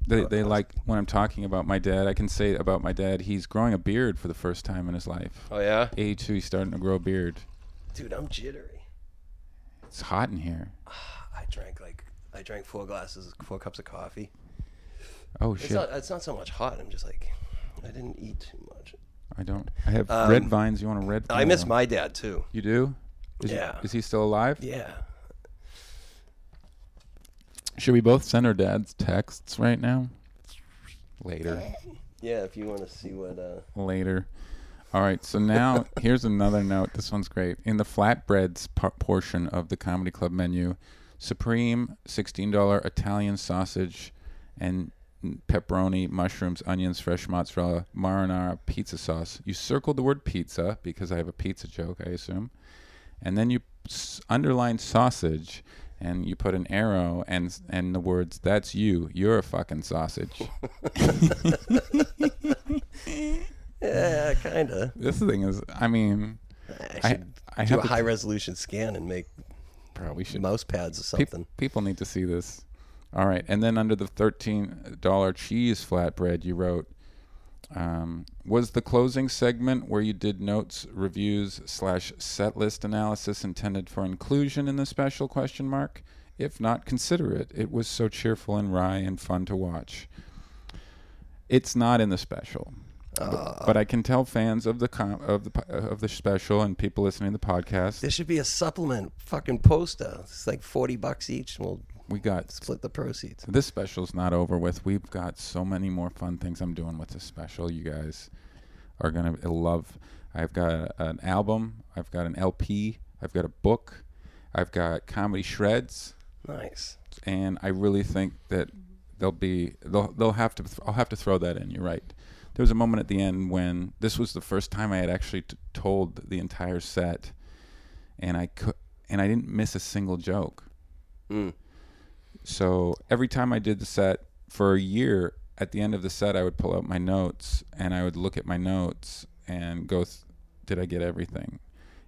S1: they
S2: Oh,
S1: they
S2: that's-
S1: like when I'm talking about my dad. I can say about my dad, he's growing a beard for the first time in his life.
S2: Oh, yeah?
S1: 82, he's starting to grow a beard.
S2: Dude, I'm jittery.
S1: It's hot in here.
S2: I drank like, I drank four glasses, four cups of coffee.
S1: Oh
S2: It's
S1: shit!
S2: not, it's not so much hot. I'm just like, I didn't eat too much.
S1: I don't. I have
S2: Um,
S1: red vines. You want a red?
S2: I miss
S1: vine?
S2: my dad, too.
S1: You do? Is he-
S2: Yeah.
S1: is he still alive?
S2: Yeah.
S1: Should we both send our dads texts right now? Later.
S2: Yeah, if you want to see what, uh,
S1: later. All right, so now here's another note. This one's great. In the flatbreads par- portion of the comedy club menu, supreme $16 Italian sausage and pepperoni, mushrooms, onions, fresh mozzarella, marinara, pizza sauce. You circled the word pizza because I have a pizza joke, I assume. And then you s- underline sausage and you put an arrow and and the words that's you. You're a fucking sausage.
S2: yeah, kind of.
S1: this thing is I mean
S2: I
S1: I I
S2: should do
S1: have
S2: a
S1: to
S2: high resolution scan and make
S1: Bro, we should.
S2: mouse pads or
S1: peop-
S2: something.
S1: people need to see this. All right, and then under the thirteen dollar cheese flatbread, you wrote, um, "Was the closing segment where you did notes, reviews slash set list analysis intended for inclusion in the special question mark? If not, consider it. It was so cheerful and wry and fun to watch. It's not in the special." But, but I can tell fans of the com- of the po- of the special and people listening to the podcast,
S2: There should be a supplement fucking poster. It's like 40 bucks each and we'll
S1: we got
S2: split the proceeds.
S1: This special's not over with. We've got so many more fun things I'm doing with this special. You guys are gonna love. I've got an album. I've got an LP. I've got a book. I've got comedy shreds,
S2: Nice.
S1: and I really think that they'll be they'll they'll have to I'll have to throw that in. You're right. There was a moment at the end when this was the first time I had actually t- told the entire set, and I could and I didn't miss a single joke.
S2: Mm.
S1: So every time I did the set for a year, at the end of the set, I would pull out my notes and I would look at my notes and go, th- "Did I get everything?"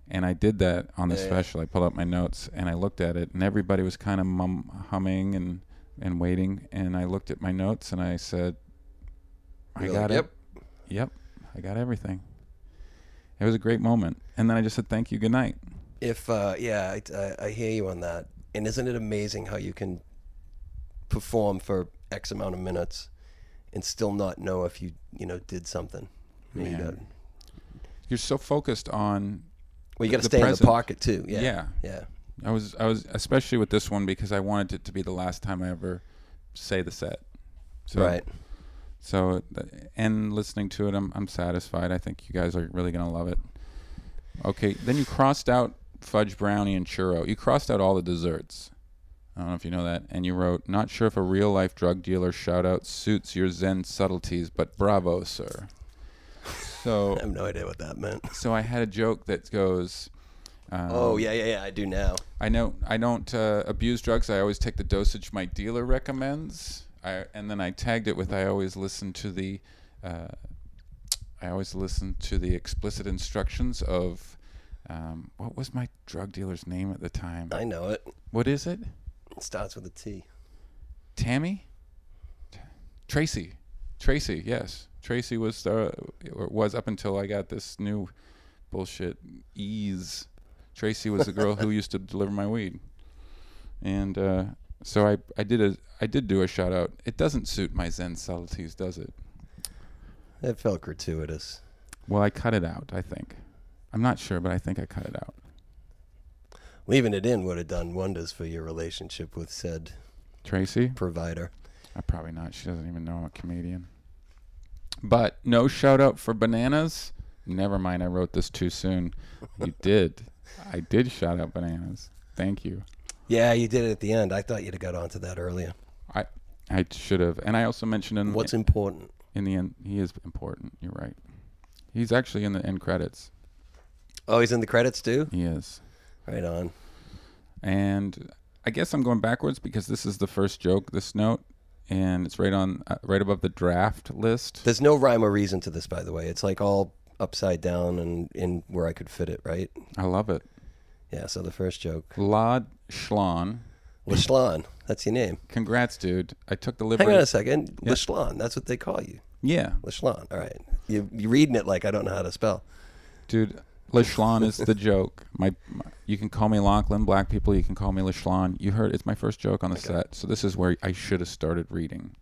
S1: And I did that on the
S2: Yeah, yeah.
S1: special. I pulled out my notes and I looked at it, and everybody was kind of mum- humming and and waiting. And I looked at my notes and I said, "I
S2: You're
S1: got
S2: like,
S1: it.
S2: Yep.
S1: Yep, I got everything." It was a great moment. And then I just said, "Thank you. Good night."
S2: If, uh, yeah, I, I, I hear you on that. And isn't it amazing how you can perform for X amount of minutes and still not know if you, you know, did something? I mean, You
S1: Man.
S2: got,
S1: You're so focused on
S2: well, you got to
S1: The
S2: stay in the
S1: present.
S2: pocket too. Yeah.
S1: yeah.
S2: Yeah.
S1: I was I was especially with this one because I wanted it to be the last time I ever say the set. So,
S2: Right.
S1: So th- and listening to it, I'm I'm satisfied. I think you guys are really gonna love it. Okay, then you crossed out fudge brownie and churro. You crossed out all the desserts. I don't know if you know that. And you wrote, "Not sure if a real life drug dealer shout out suits your Zen subtleties, but bravo, sir." So
S2: I have no idea what that meant.
S1: so I had a joke that goes. Um,
S2: oh yeah, yeah, yeah. I do now.
S1: I know I don't uh, abuse drugs. I always take the dosage my dealer recommends. I, and then I tagged it with I always listen to the uh, I always listen to the explicit instructions of um, what was my drug dealer's name at the time?
S2: I know it.
S1: What is it?
S2: It starts with a T.
S1: Tammy? T- Tracy. Tracy, yes. Tracy was the or was up until I got this new bullshit ease. Tracy was the girl who used to deliver my weed. And uh, so I, I did a I did do a shout out. It doesn't suit my Zen subtleties, does it?
S2: It felt gratuitous.
S1: Well, I cut it out, I think. I'm not sure, but I think I cut it out.
S2: Leaving it in would have done wonders for your relationship with said
S1: Tracy?
S2: provider.
S1: I Uh, probably not. She doesn't even know I'm a comedian. But no shout out for bananas. Never mind. I wrote this too soon. You did. I did shout out bananas. Thank you.
S2: Yeah, you did it at the end. I thought you'd have got onto that earlier.
S1: I I should have. And I also mentioned in
S2: What's important?
S1: in the end. He is important. You're right. He's actually in the end credits.
S2: Oh, he's in the credits too.
S1: He is.
S2: Right on.
S1: and I guess I'm going backwards because this is the first joke. This note, and it's right on, uh, right above the draft list.
S2: There's no rhyme or reason to this, by the way. It's like all upside down and in where I could fit it, right?
S1: I love it.
S2: Yeah. So the first joke,
S1: Lod Schlon.
S2: Lachlan. That's your name.
S1: Congrats, dude. I took the
S2: Hang
S1: liberty.
S2: on a second, Lachlan. That's what they call you,
S1: Yeah,
S2: Lachlan. All right. You you reading it like I don't know how to spell.
S1: dude. Lachlan is the joke. My, my, you can call me Lachlan. Black people, you can call me Lachlan. You heard it's my first joke on the set, so this is where I should have started reading.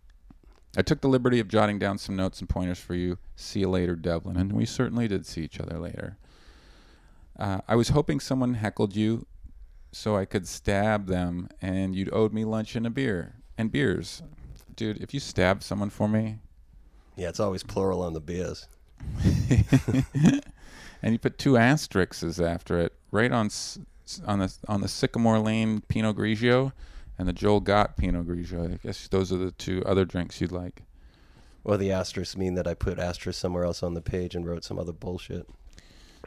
S1: I took the liberty of jotting down some notes and pointers for you. See you later, Devlin. And we certainly did see each other later. Uh, I was hoping someone heckled you so I could stab them and you'd owed me lunch and a beer and beers. Dude, if you stab someone for me,
S2: Yeah, it's always plural on the beers.
S1: and you put two asterisks after it, right on s- s- on the on the Sycamore Lane Pinot Grigio and the Joel Gott Pinot Grigio. I guess those are the two other drinks you'd like.
S2: Or the asterisks mean that I put asterisk somewhere else on the page and wrote some other bullshit.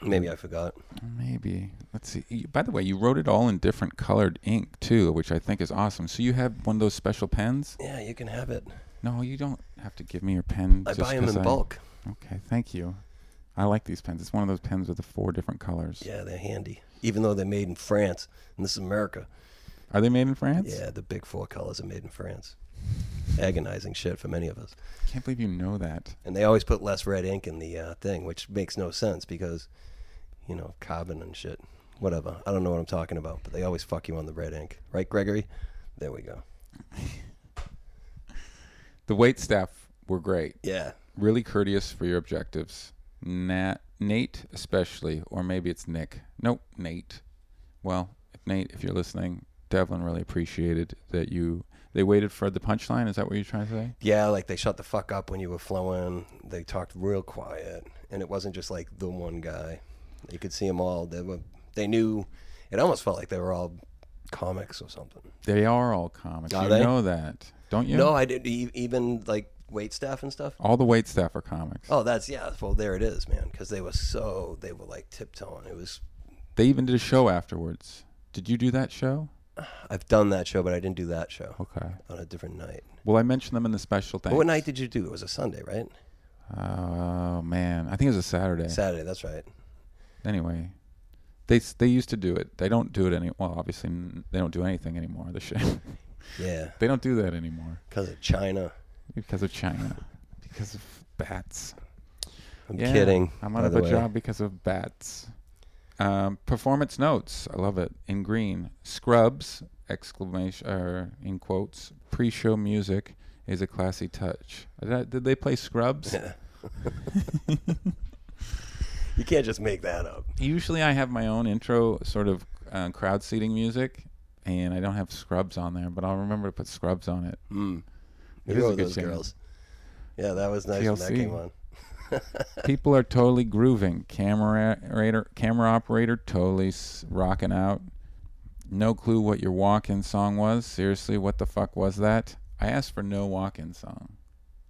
S2: Maybe I forgot.
S1: Maybe let's see. You- By the way, you wrote it all in different colored ink too, which I think is awesome. So you have one of those special pens?
S2: Yeah, you can have it.
S1: No, you don't have to give me your pen.
S2: I
S1: just
S2: buy 'em
S1: 'cause
S2: in
S1: I-
S2: bulk.
S1: Okay, thank you. I like these pens. It's one of those pens with the four different colors.
S2: Yeah, they're handy. Even though they're made in France, and this is America.
S1: Are they made in France?
S2: Yeah, the big four colors are made in France. Agonizing shit for many of us.
S1: I can't believe you know that.
S2: And they always put less red ink in the uh, thing, which makes no sense because, you know, carbon and shit. Whatever. I don't know what I'm talking about, but they always fuck you on the red ink. Right, Gregory? There we go.
S1: The wait staff were great.
S2: Yeah.
S1: really courteous for your objectives. Nat, Nate especially, or maybe it's Nick. Nope, Nate. Well, if Nate, if you're listening, Devlin really appreciated that you. They waited for the punchline. Is that what you're trying to say?
S2: Yeah, like they shut the fuck up when you were flowing. They talked real quiet, and it wasn't just like the one guy. You could see them all. They were, they knew. It almost felt like they were all comics or something.
S1: They are all comics.
S2: Are
S1: you
S2: they?
S1: know that, don't you?
S2: No, I didn't. e- Even like wait staff and stuff.
S1: All the wait staff are comics.
S2: Oh, that's yeah. Well, there it is, man. Because they were so they were like tiptoeing. It was.
S1: They even did a show afterwards. Did you do that show?
S2: I've done that show, but I didn't do that show
S1: Okay.
S2: on a different night.
S1: Well, I mentioned them in the special
S2: But what
S1: thing.
S2: night did you do? It was a Sunday, right?
S1: Oh man, I think it was a Saturday.
S2: Saturday. That's right.
S1: anyway they s- they used to do it they don't do it any well obviously n- they don't do anything anymore the shit
S2: Yeah,
S1: they don't do that anymore
S2: because of China.
S1: because of china because of bats
S2: I'm
S1: Yeah,
S2: kidding.
S1: i'm
S2: by
S1: out of
S2: the
S1: a
S2: way.
S1: job because of bats um, performance notes i love it in green scrubs exclamation or in quotes pre-show music is a classy touch did, I, did they play scrubs
S2: You can't just make that up.
S1: usually I have my own intro sort of uh, crowd seating music, and I don't have Scrubs on there, but I'll remember to put Scrubs on it.
S2: Mm.
S1: Hmm. It
S2: Who
S1: is a
S2: are
S1: good
S2: those
S1: jam.
S2: girls? Yeah, that was nice when that
S1: TLC.
S2: came on.
S1: People are totally grooving. Camera operator, camera operator, totally s- rocking out. No clue what your walk-in song was. Seriously, what the fuck was that? I asked for no walk-in song.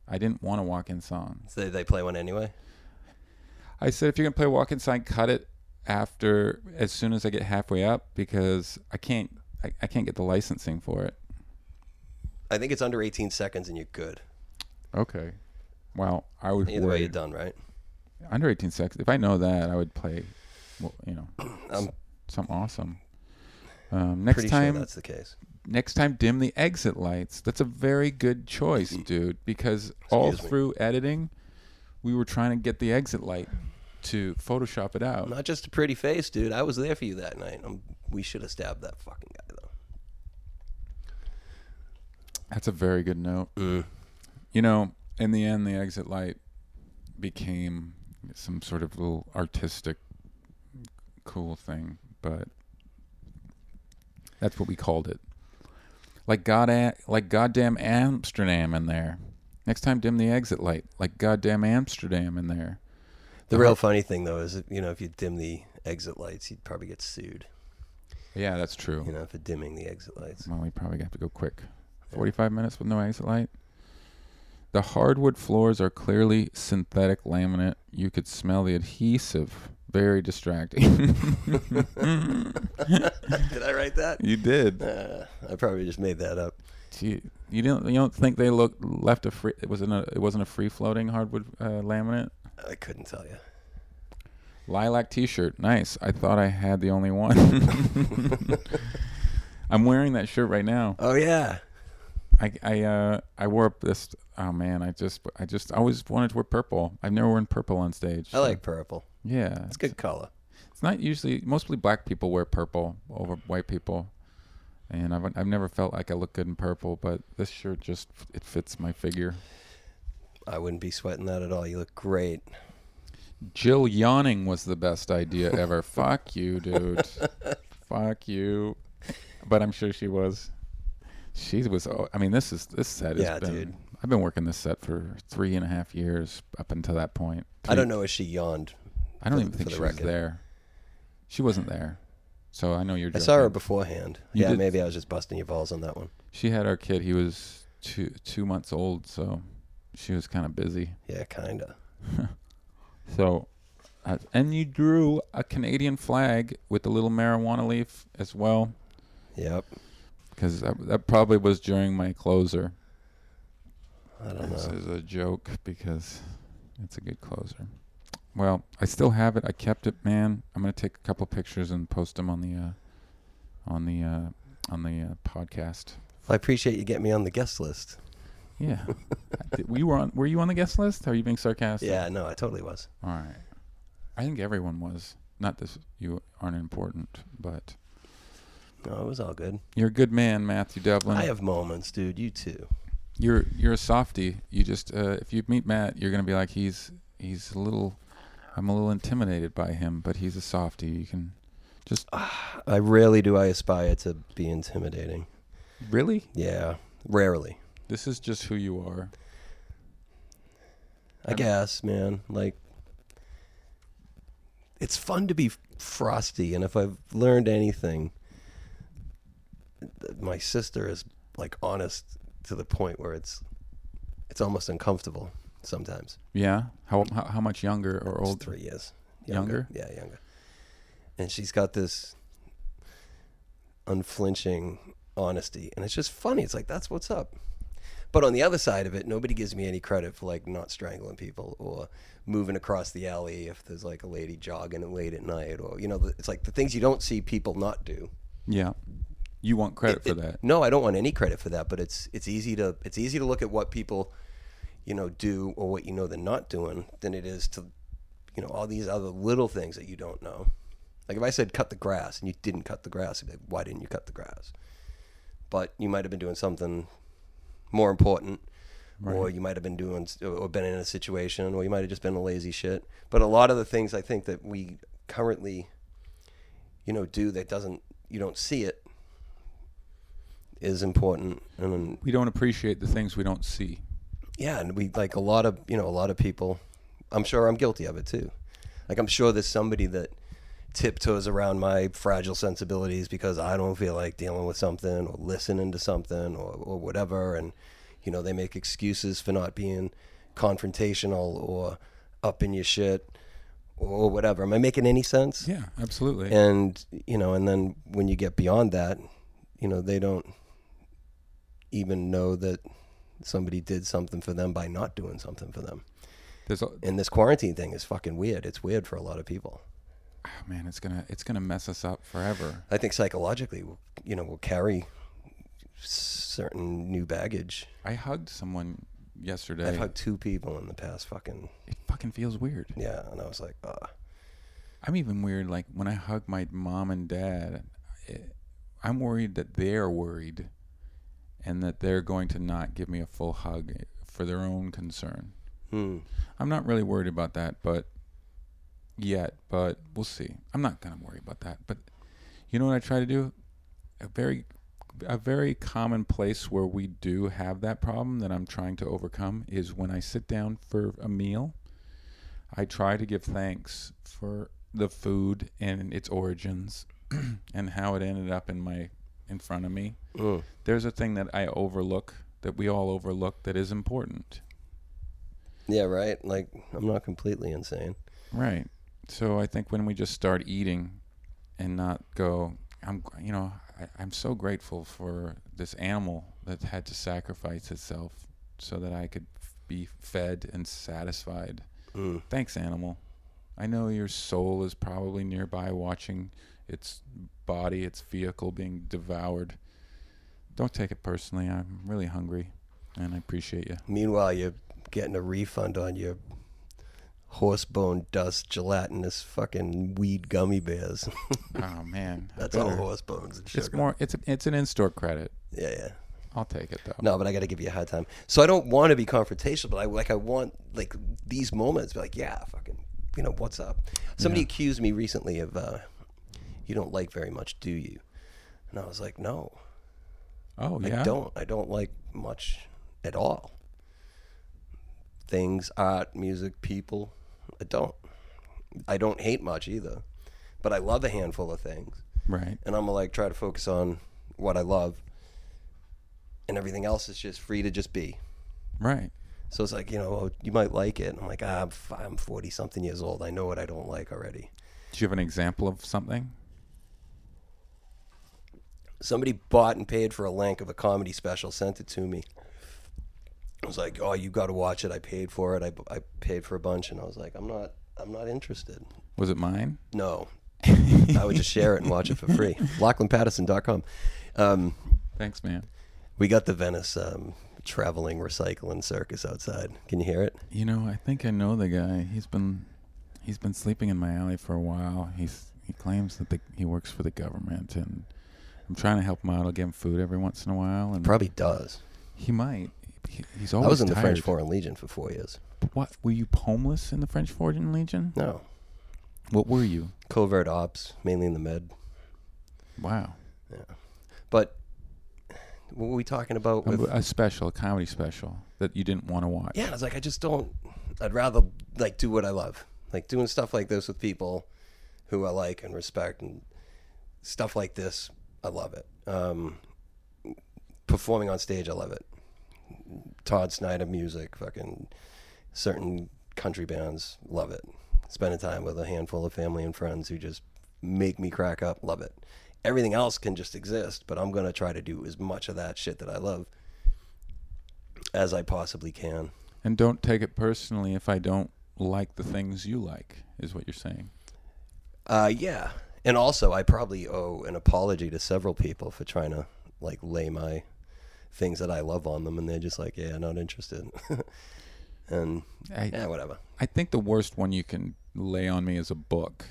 S1: I didn't want a walk-in song.
S2: So they- they play one anyway.
S1: I said, if you're gonna play walk inside, cut it after as soon as I get halfway up because I can't I, I can't get the licensing for it.
S2: I think it's under 18 seconds and you're good.
S1: Okay. Well, I would
S2: Either way, you're
S1: worry.
S2: done, right?
S1: under 18 seconds. If I know that, I would play, well, you know,
S2: I'm
S1: some awesome. Um, next
S2: Um, pretty
S1: time,
S2: sure that's the case.
S1: next time, dim the exit lights. That's a very good choice, dude. Because all
S2: Mm. Excuse me.
S1: through editing, we were trying to get the exit light to Photoshop it out.
S2: Not just a pretty face, dude. I was there for you that night. i we should have stabbed that fucking guy though.
S1: That's a very good note. You know, in the end, the exit light became some sort of little artistic, cool thing, but that's what we called it. Like God, a- like goddamn Amsterdam in there. Next time, dim the exit light. Like goddamn Amsterdam in there.
S2: The
S1: Uh-huh.
S2: real funny thing though is, you know, if you dim the exit lights, you'd probably get sued.
S1: Yeah, that's true.
S2: You know, for dimming the exit lights.
S1: Well, we probably have to go quick. 45 minutes with no exit light. The hardwood floors are clearly synthetic laminate. You could smell the adhesive. Very distracting.
S2: Did I write that?
S1: you did.
S2: Uh, I probably just made that up.
S1: You, you don't. You don't think they look left a free? It wasn't a. It wasn't a free floating hardwood uh, laminate.
S2: I couldn't tell you.
S1: Lilac T-shirt. Nice. I thought I had the only one. I'm wearing that shirt right now.
S2: Oh yeah,
S1: I I uh I wore this. Oh man, I just I just I always wanted to wear purple. I've never worn purple on stage.
S2: I like purple.
S1: Yeah,
S2: It's a good color.
S1: It's not usually mostly black people wear purple over white people, and I've I've never felt like I look good in purple. But this shirt just it fits my figure.
S2: I wouldn't be sweating that at all. You look great.
S1: Jill yawning was the best idea ever. Fuck you, dude. Fuck you. But I'm sure she was. She was. oh, I mean, this is this set. has
S2: Yeah,
S1: been-
S2: dude.
S1: I've been working this set for three and a half years up until that point.
S2: I don't know if she yawned.
S1: I don't
S2: for-
S1: even
S2: for
S1: think
S2: the
S1: she was
S2: record.
S1: there. She wasn't there. So I know you're.
S2: I
S1: Joking.
S2: saw her beforehand.
S1: You
S2: yeah,
S1: did-
S2: maybe I was just busting your balls on that one.
S1: She had our kid. He was two two months old, so she was kind of busy.
S2: Yeah, kinda.
S1: So, uh, and you drew a Canadian flag with a little marijuana leaf as well,
S2: Yep.
S1: because that, that probably was during my closer.
S2: I don't
S1: This
S2: know.
S1: is a joke because it's a good closer. Well, I still have it. I kept it, man. I'm gonna take a couple pictures and post them on the uh, on the uh, on the uh, podcast.
S2: I appreciate you getting me on the guest list.
S1: Yeah, we were on. Were you on the guest list? Are you being sarcastic?
S2: Yeah, no, I totally was.
S1: All right. I think everyone was. Not that you aren't important, but
S2: No, it was all good.
S1: you're a good man, Matthew Devlin.
S2: I have moments, dude. You too.
S1: you're you're a softie. You just uh, if you meet Matt, you're gonna be like he's he's a little. I'm a little intimidated by him, but he's a softie. You can just
S2: Uh, I rarely do I aspire to be intimidating.
S1: really.
S2: Yeah, rarely.
S1: This is just who you are.
S2: I guess, man. Like, it's fun to be frosty, and if I've learned anything, th- my sister is like honest to the point where it's it's almost uncomfortable sometimes.
S1: Yeah. How how, how much younger or
S2: She's
S1: old?
S2: three years
S1: Younger?
S2: Yeah, younger. And she's got this unflinching honesty, and it's just funny. It's like that's what's up. But on the other side of it, nobody gives me any credit for like not strangling people or moving across the alley if there's like a lady jogging late at night or you know, the- it's like the things you don't see people not do.
S1: Yeah. You want credit for that?
S2: No, I don't want any credit for that, but it's it's easy to it's easy to look at what people, you know, do or what you know they're not doing than it is to, you know, all these other little things that you don't know. Like if I said cut the grass and you didn't cut the grass, I'd be like, why didn't you cut the grass? But you might have been doing something more important, or you might have been doing or been in a situation, or you might have just been a lazy shit. But a lot of the things I think that we currently, you you know do that doesn't you don't see it is important and
S1: We don't appreciate the things we don't see.
S2: yeah and we like a lot of you know a lot of people i'm sure i'm guilty of it too like i'm sure there's somebody that tiptoes around my fragile sensibilities because i don't feel like dealing with something or listening to something or, or whatever and you know they make excuses for not being confrontational or up in your shit or whatever am i making any sense
S1: Yeah, absolutely.
S2: and you know and then when you get beyond that you know they don't even know that somebody did something for them by not doing something for them
S1: There's a,
S2: and this quarantine thing is fucking weird it's weird for a lot of people
S1: oh man, it's gonna it's gonna mess us up forever.
S2: i think psychologically you know we'll carry certain new baggage
S1: I hugged someone yesterday.
S2: i've hugged two people in the past fucking
S1: it fucking feels weird.
S2: yeah and i was like uh
S1: I'm even weird. Like when I hug my mom and dad, it, I'm worried that they're worried, and that they're going to not give me a full hug for their own concern.
S2: hmm.
S1: I'm not really worried about that, but yet, but we'll see. I'm not gonna worry about that. But you know what I try to do? A very a very common place where we do have that problem that I'm trying to overcome is when I sit down for a meal, I try to give thanks for the food and its origins and how it ended up in my in front of me.
S2: Mm.
S1: There's a thing that I overlook that we all overlook that is important.
S2: yeah right like i'm not completely insane
S1: Right. So I think when we just start eating and not go, I'm, you know, I, I'm so grateful for this animal that had to sacrifice itself so that I could f- be fed and satisfied.
S2: mm.
S1: Thanks, animal. I know your soul is probably nearby watching its body, its vehicle being devoured. Don't take it personally. I'm really hungry and I appreciate you.
S2: Meanwhile, you're getting a refund on your horsebone dust gelatinous fucking weed gummy bears.
S1: Oh, man. I
S2: That's all
S1: better-
S2: horse bones and sugar.
S1: It's more, it's, it's an in store credit.
S2: yeah, yeah.
S1: I'll take it though.
S2: No, but I got to give you a hard time. So I don't want to be confrontational, but I like I want like these moments. Be like, yeah, fucking, you know what's up? Somebody accused me recently of, uh, you don't like very much, do you? And I was like, no,
S1: Oh yeah.
S2: I don't. I don't like much at all. Things, art, music, people. I don't. I don't hate much either, but I love a handful of things,
S1: Right.
S2: and I'm gonna like try to focus on what I love, and everything else is just free to just be.
S1: Right.
S2: So it's like you know oh, you might like it. And I'm like ah, I'm f- I'm forty something years old. I know what I don't like already.
S1: Do you have an example of something?
S2: somebody bought and paid for a link of a comedy special, sent it to me. I was like, "Oh, you got to watch it. I paid for it. I, I paid for a bunch." And I was like, "I'm not I'm not interested.
S1: Was it mine?
S2: No." I would just share it and watch it for free. LachlanPatterson.com. Um,
S1: Thanks, man.
S2: we got the Venice um, traveling recycling circus outside. Can you hear it?
S1: You know, I think I know the guy. He's been he's been sleeping in my alley for a while. He's he claims that the, he works for the government and I'm trying to help him out. I'll give him food every once in a while and
S2: Probably does.
S1: he might. He, he's always
S2: I was in the
S1: tired.
S2: French Foreign Legion for four years.
S1: What were you homeless in the French Foreign Legion?
S2: No,
S1: What were you?
S2: covert ops, mainly in the med.
S1: Wow.
S2: But what were we talking about?
S1: A,
S2: With
S1: a special, a comedy special that you didn't want to watch.
S2: yeah, I was like, I just don't. I'd rather like do what I love, like doing stuff like this with people who I like and respect, and stuff like this. I love it. Um, performing on stage, I love it. Todd Snyder music, fucking certain country bands, love it. Spending time with a handful of family and friends who just make me crack up, love it. Everything else can just exist, but I'm gonna try to do as much of that shit that I love as I possibly can.
S1: And don't take it personally if I don't like the things you like, is what you're saying.
S2: Uh, yeah, and also I probably owe an apology to several people for trying to like lay my things that I love on them, and they're just like, yeah, not interested, and
S1: I,
S2: yeah, whatever.
S1: I think the worst one you can lay on me is a book.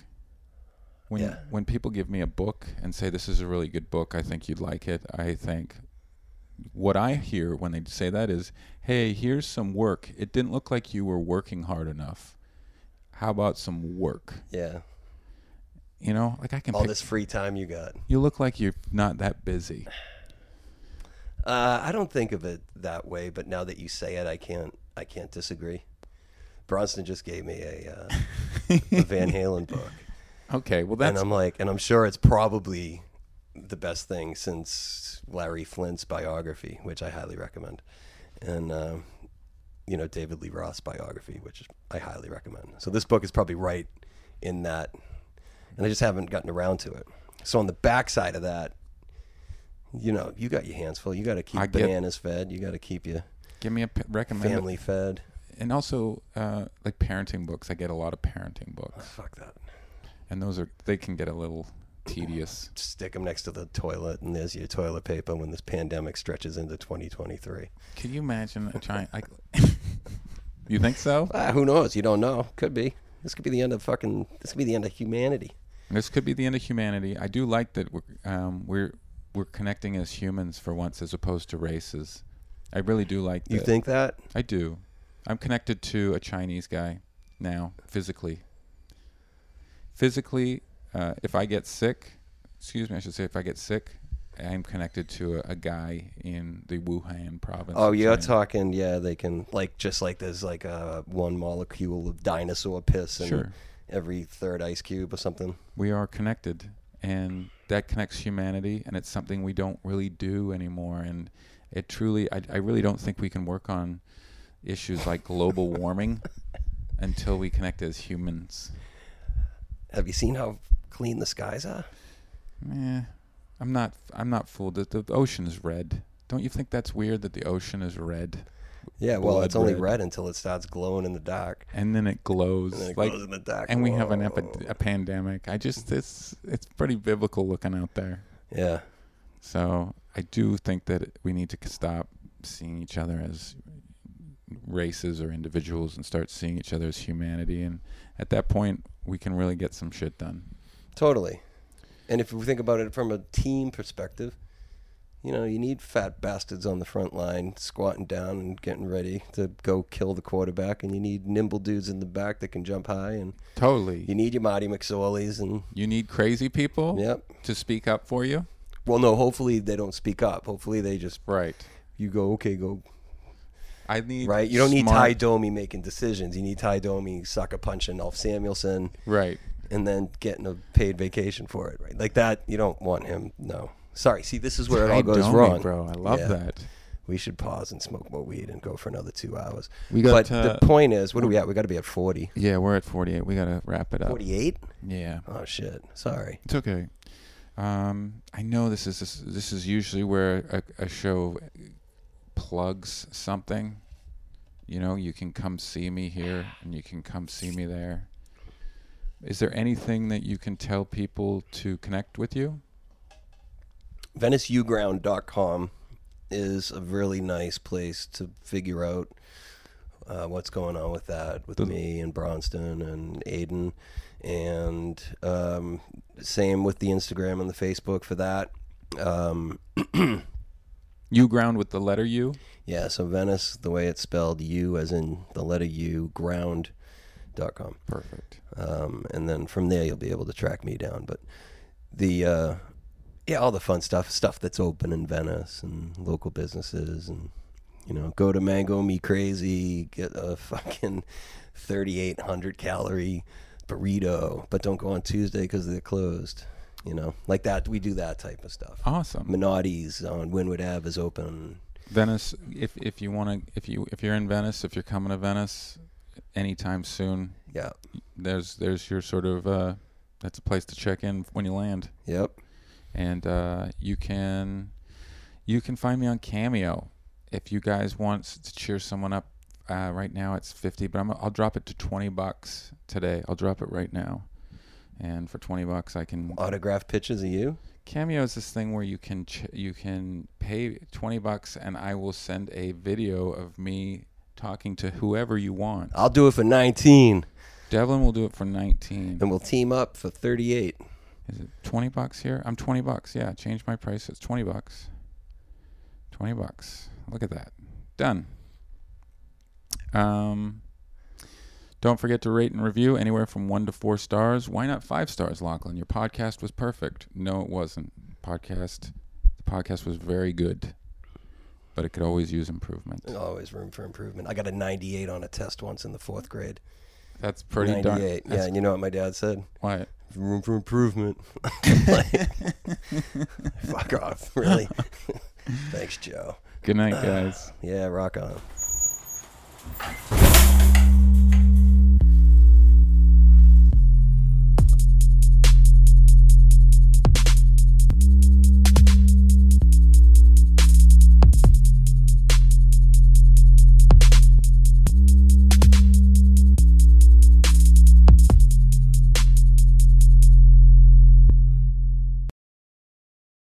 S1: When
S2: Yeah.
S1: when people give me a book and say this is a really good book, I think you'd like it. I think what I hear when they say that is, "Hey, here's some work. It didn't look like you were working hard enough. How about some work?"
S2: Yeah,
S1: You know, like I can.
S2: All
S1: Pick,
S2: this free time you got.
S1: you look like you're not that busy.
S2: Uh, I don't think of it that way, but now that you say it, I can't. I can't disagree. Bronson just gave me a, uh, a Van Halen book,
S1: Okay, well
S2: and
S1: that's
S2: I'm like, and I'm sure it's probably the best thing since Larry Flint's biography, which I highly recommend, and um, you know David Lee Roth's biography, which I highly recommend. So this book is probably right in that, and I just haven't gotten around to it. So on the backside of that, you know, you got your hands full. You got to keep
S1: I get-
S2: bananas fed. You got to keep your
S1: give me a p- recommend.
S2: family fed.
S1: and also uh, like parenting books. I get a lot of parenting books,
S2: Fuck that.
S1: and those are they can get a little tedious.
S2: Stick them next to the toilet, and there's your toilet paper when this pandemic stretches into 2023.
S1: Can you imagine a giant? Like, you think so?
S2: Ah, who knows? You don't know. Could be. This could be the end of fucking. This could be the end of humanity.
S1: This could be the end of humanity. I do like that we're um, we're we're connecting as humans for once, as opposed to races. I really do like.
S2: You
S1: that.
S2: think that?
S1: I do. I'm connected to a Chinese guy now, physically. Physically, uh, if I get sick, excuse me, I should say if I get sick, I'm connected to a, a guy in the Wuhan province.
S2: Oh,
S1: of
S2: you're
S1: China.
S2: talking. Yeah, they can like just like there's like a one molecule of dinosaur piss in
S1: Sure.
S2: every third ice cube or something.
S1: we are connected and that connects humanity and it's something we don't really do anymore and it truly i, I really don't think we can work on issues like global warming until we connect as humans
S2: Have you seen how clean the skies are?
S1: Eh, i'm not i'm not fooled the, the ocean is red don't you think that's weird that the ocean is red
S2: Yeah, well,
S1: Blood
S2: it's only
S1: red.
S2: red until it starts glowing in the dark.
S1: and then it glows
S2: And then it
S1: like
S2: glows in the dark.
S1: and we have an epi- a
S2: Whoa.
S1: pandemic i just it's it's pretty biblical looking out there
S2: Yeah.
S1: So I do think that we need to stop seeing each other as races or individuals and start seeing each other as humanity. And at that point, we can really get some shit done.
S2: Totally. And if we think about it from a team perspective, you know, you need fat bastards on the front line squatting down and getting ready to go kill the quarterback, and you need nimble dudes in the back that can jump high, and you
S1: Totally.
S2: need your Marty McSorleys, and
S1: You need crazy people
S2: yep.
S1: to speak up for you.
S2: Well, no, hopefully they don't speak up. Hopefully they just
S1: Right.
S2: you go okay, go
S1: I need
S2: right. You don't need Ty
S1: smart-
S2: Domi making decisions. You need Ty Domi sucker punching Alf Samuelson,
S1: Right.
S2: and then getting a paid vacation for it. Right, like that. You don't want him. No. Sorry. See, this is where it
S1: Ty
S2: all goes
S1: Domi,
S2: wrong,
S1: bro. I love
S2: Yeah.
S1: that.
S2: we should pause and smoke more weed and go for another two hours.
S1: We got,
S2: but
S1: uh,
S2: the point is, what are we at? We got to be at 40.
S1: Yeah, we're at 48. We got to wrap it up.
S2: 48?
S1: Yeah.
S2: Oh, shit. Sorry.
S1: It's okay. Um, I know this is this, this is usually where a, a show plugs something. You know, you can come see me here, and you can come see me there. Is there anything that you can tell people to connect with you?
S2: VeniceUground.com is a really nice place to figure out uh, what's going on with that, with me and Bronston and Aiden. And um, same with the Instagram and the Facebook for that. Um,
S1: You ground with the letter U.
S2: yeah, so Venice, the way it's spelled, U as in the letter U, ground.com.
S1: Perfect.
S2: um, and then from there you'll be able to track me down. But the uh, yeah, all the fun stuff, stuff that's open in Venice and local businesses, and you know, go to Mango Me Crazy, get a fucking thirty eight hundred calorie burrito, but don't go on Tuesday because they're closed. You know, like that. We do that type of stuff.
S1: Awesome.
S2: Minotti's on Winwood Ave is open.
S1: Venice. If if you want to, if you if you're in Venice, if you're coming to Venice anytime soon,
S2: Yeah.
S1: there's there's your sort of uh, that's a place to check in when you land.
S2: Yep.
S1: and uh, you can you can find me on Cameo if you guys want s- to cheer someone up. Uh, right now it's fifty, but I'm, I'll drop it to twenty bucks today. I'll drop it right now, and for twenty bucks I can
S2: Autograph pictures of you.
S1: Cameo is this thing where you can ch- you can pay twenty bucks and I will send a video of me talking to whoever you want.
S2: I'll do it for nineteen,
S1: Devlin will do it for nineteen.
S2: and we'll team up for thirty eight.
S1: Is it twenty bucks here? I'm twenty bucks. Yeah, change my price. It's twenty bucks. Twenty bucks. Look at that. Done. Um, Don't forget to rate and review anywhere from one to four stars. Why not five stars, Lachlan? Your podcast was perfect. No, it wasn't. Podcast, the podcast was very good, but it could always use improvement.
S2: Always room for improvement. I got a 98 on a test once in the fourth grade.
S1: That's pretty darn.
S2: 98. yeah,
S1: That's
S2: and you know what my dad said?
S1: quiet.
S2: Room for improvement. Like, fuck off, really. Thanks, Joe.
S1: Good night, guys.
S2: Yeah, rock on.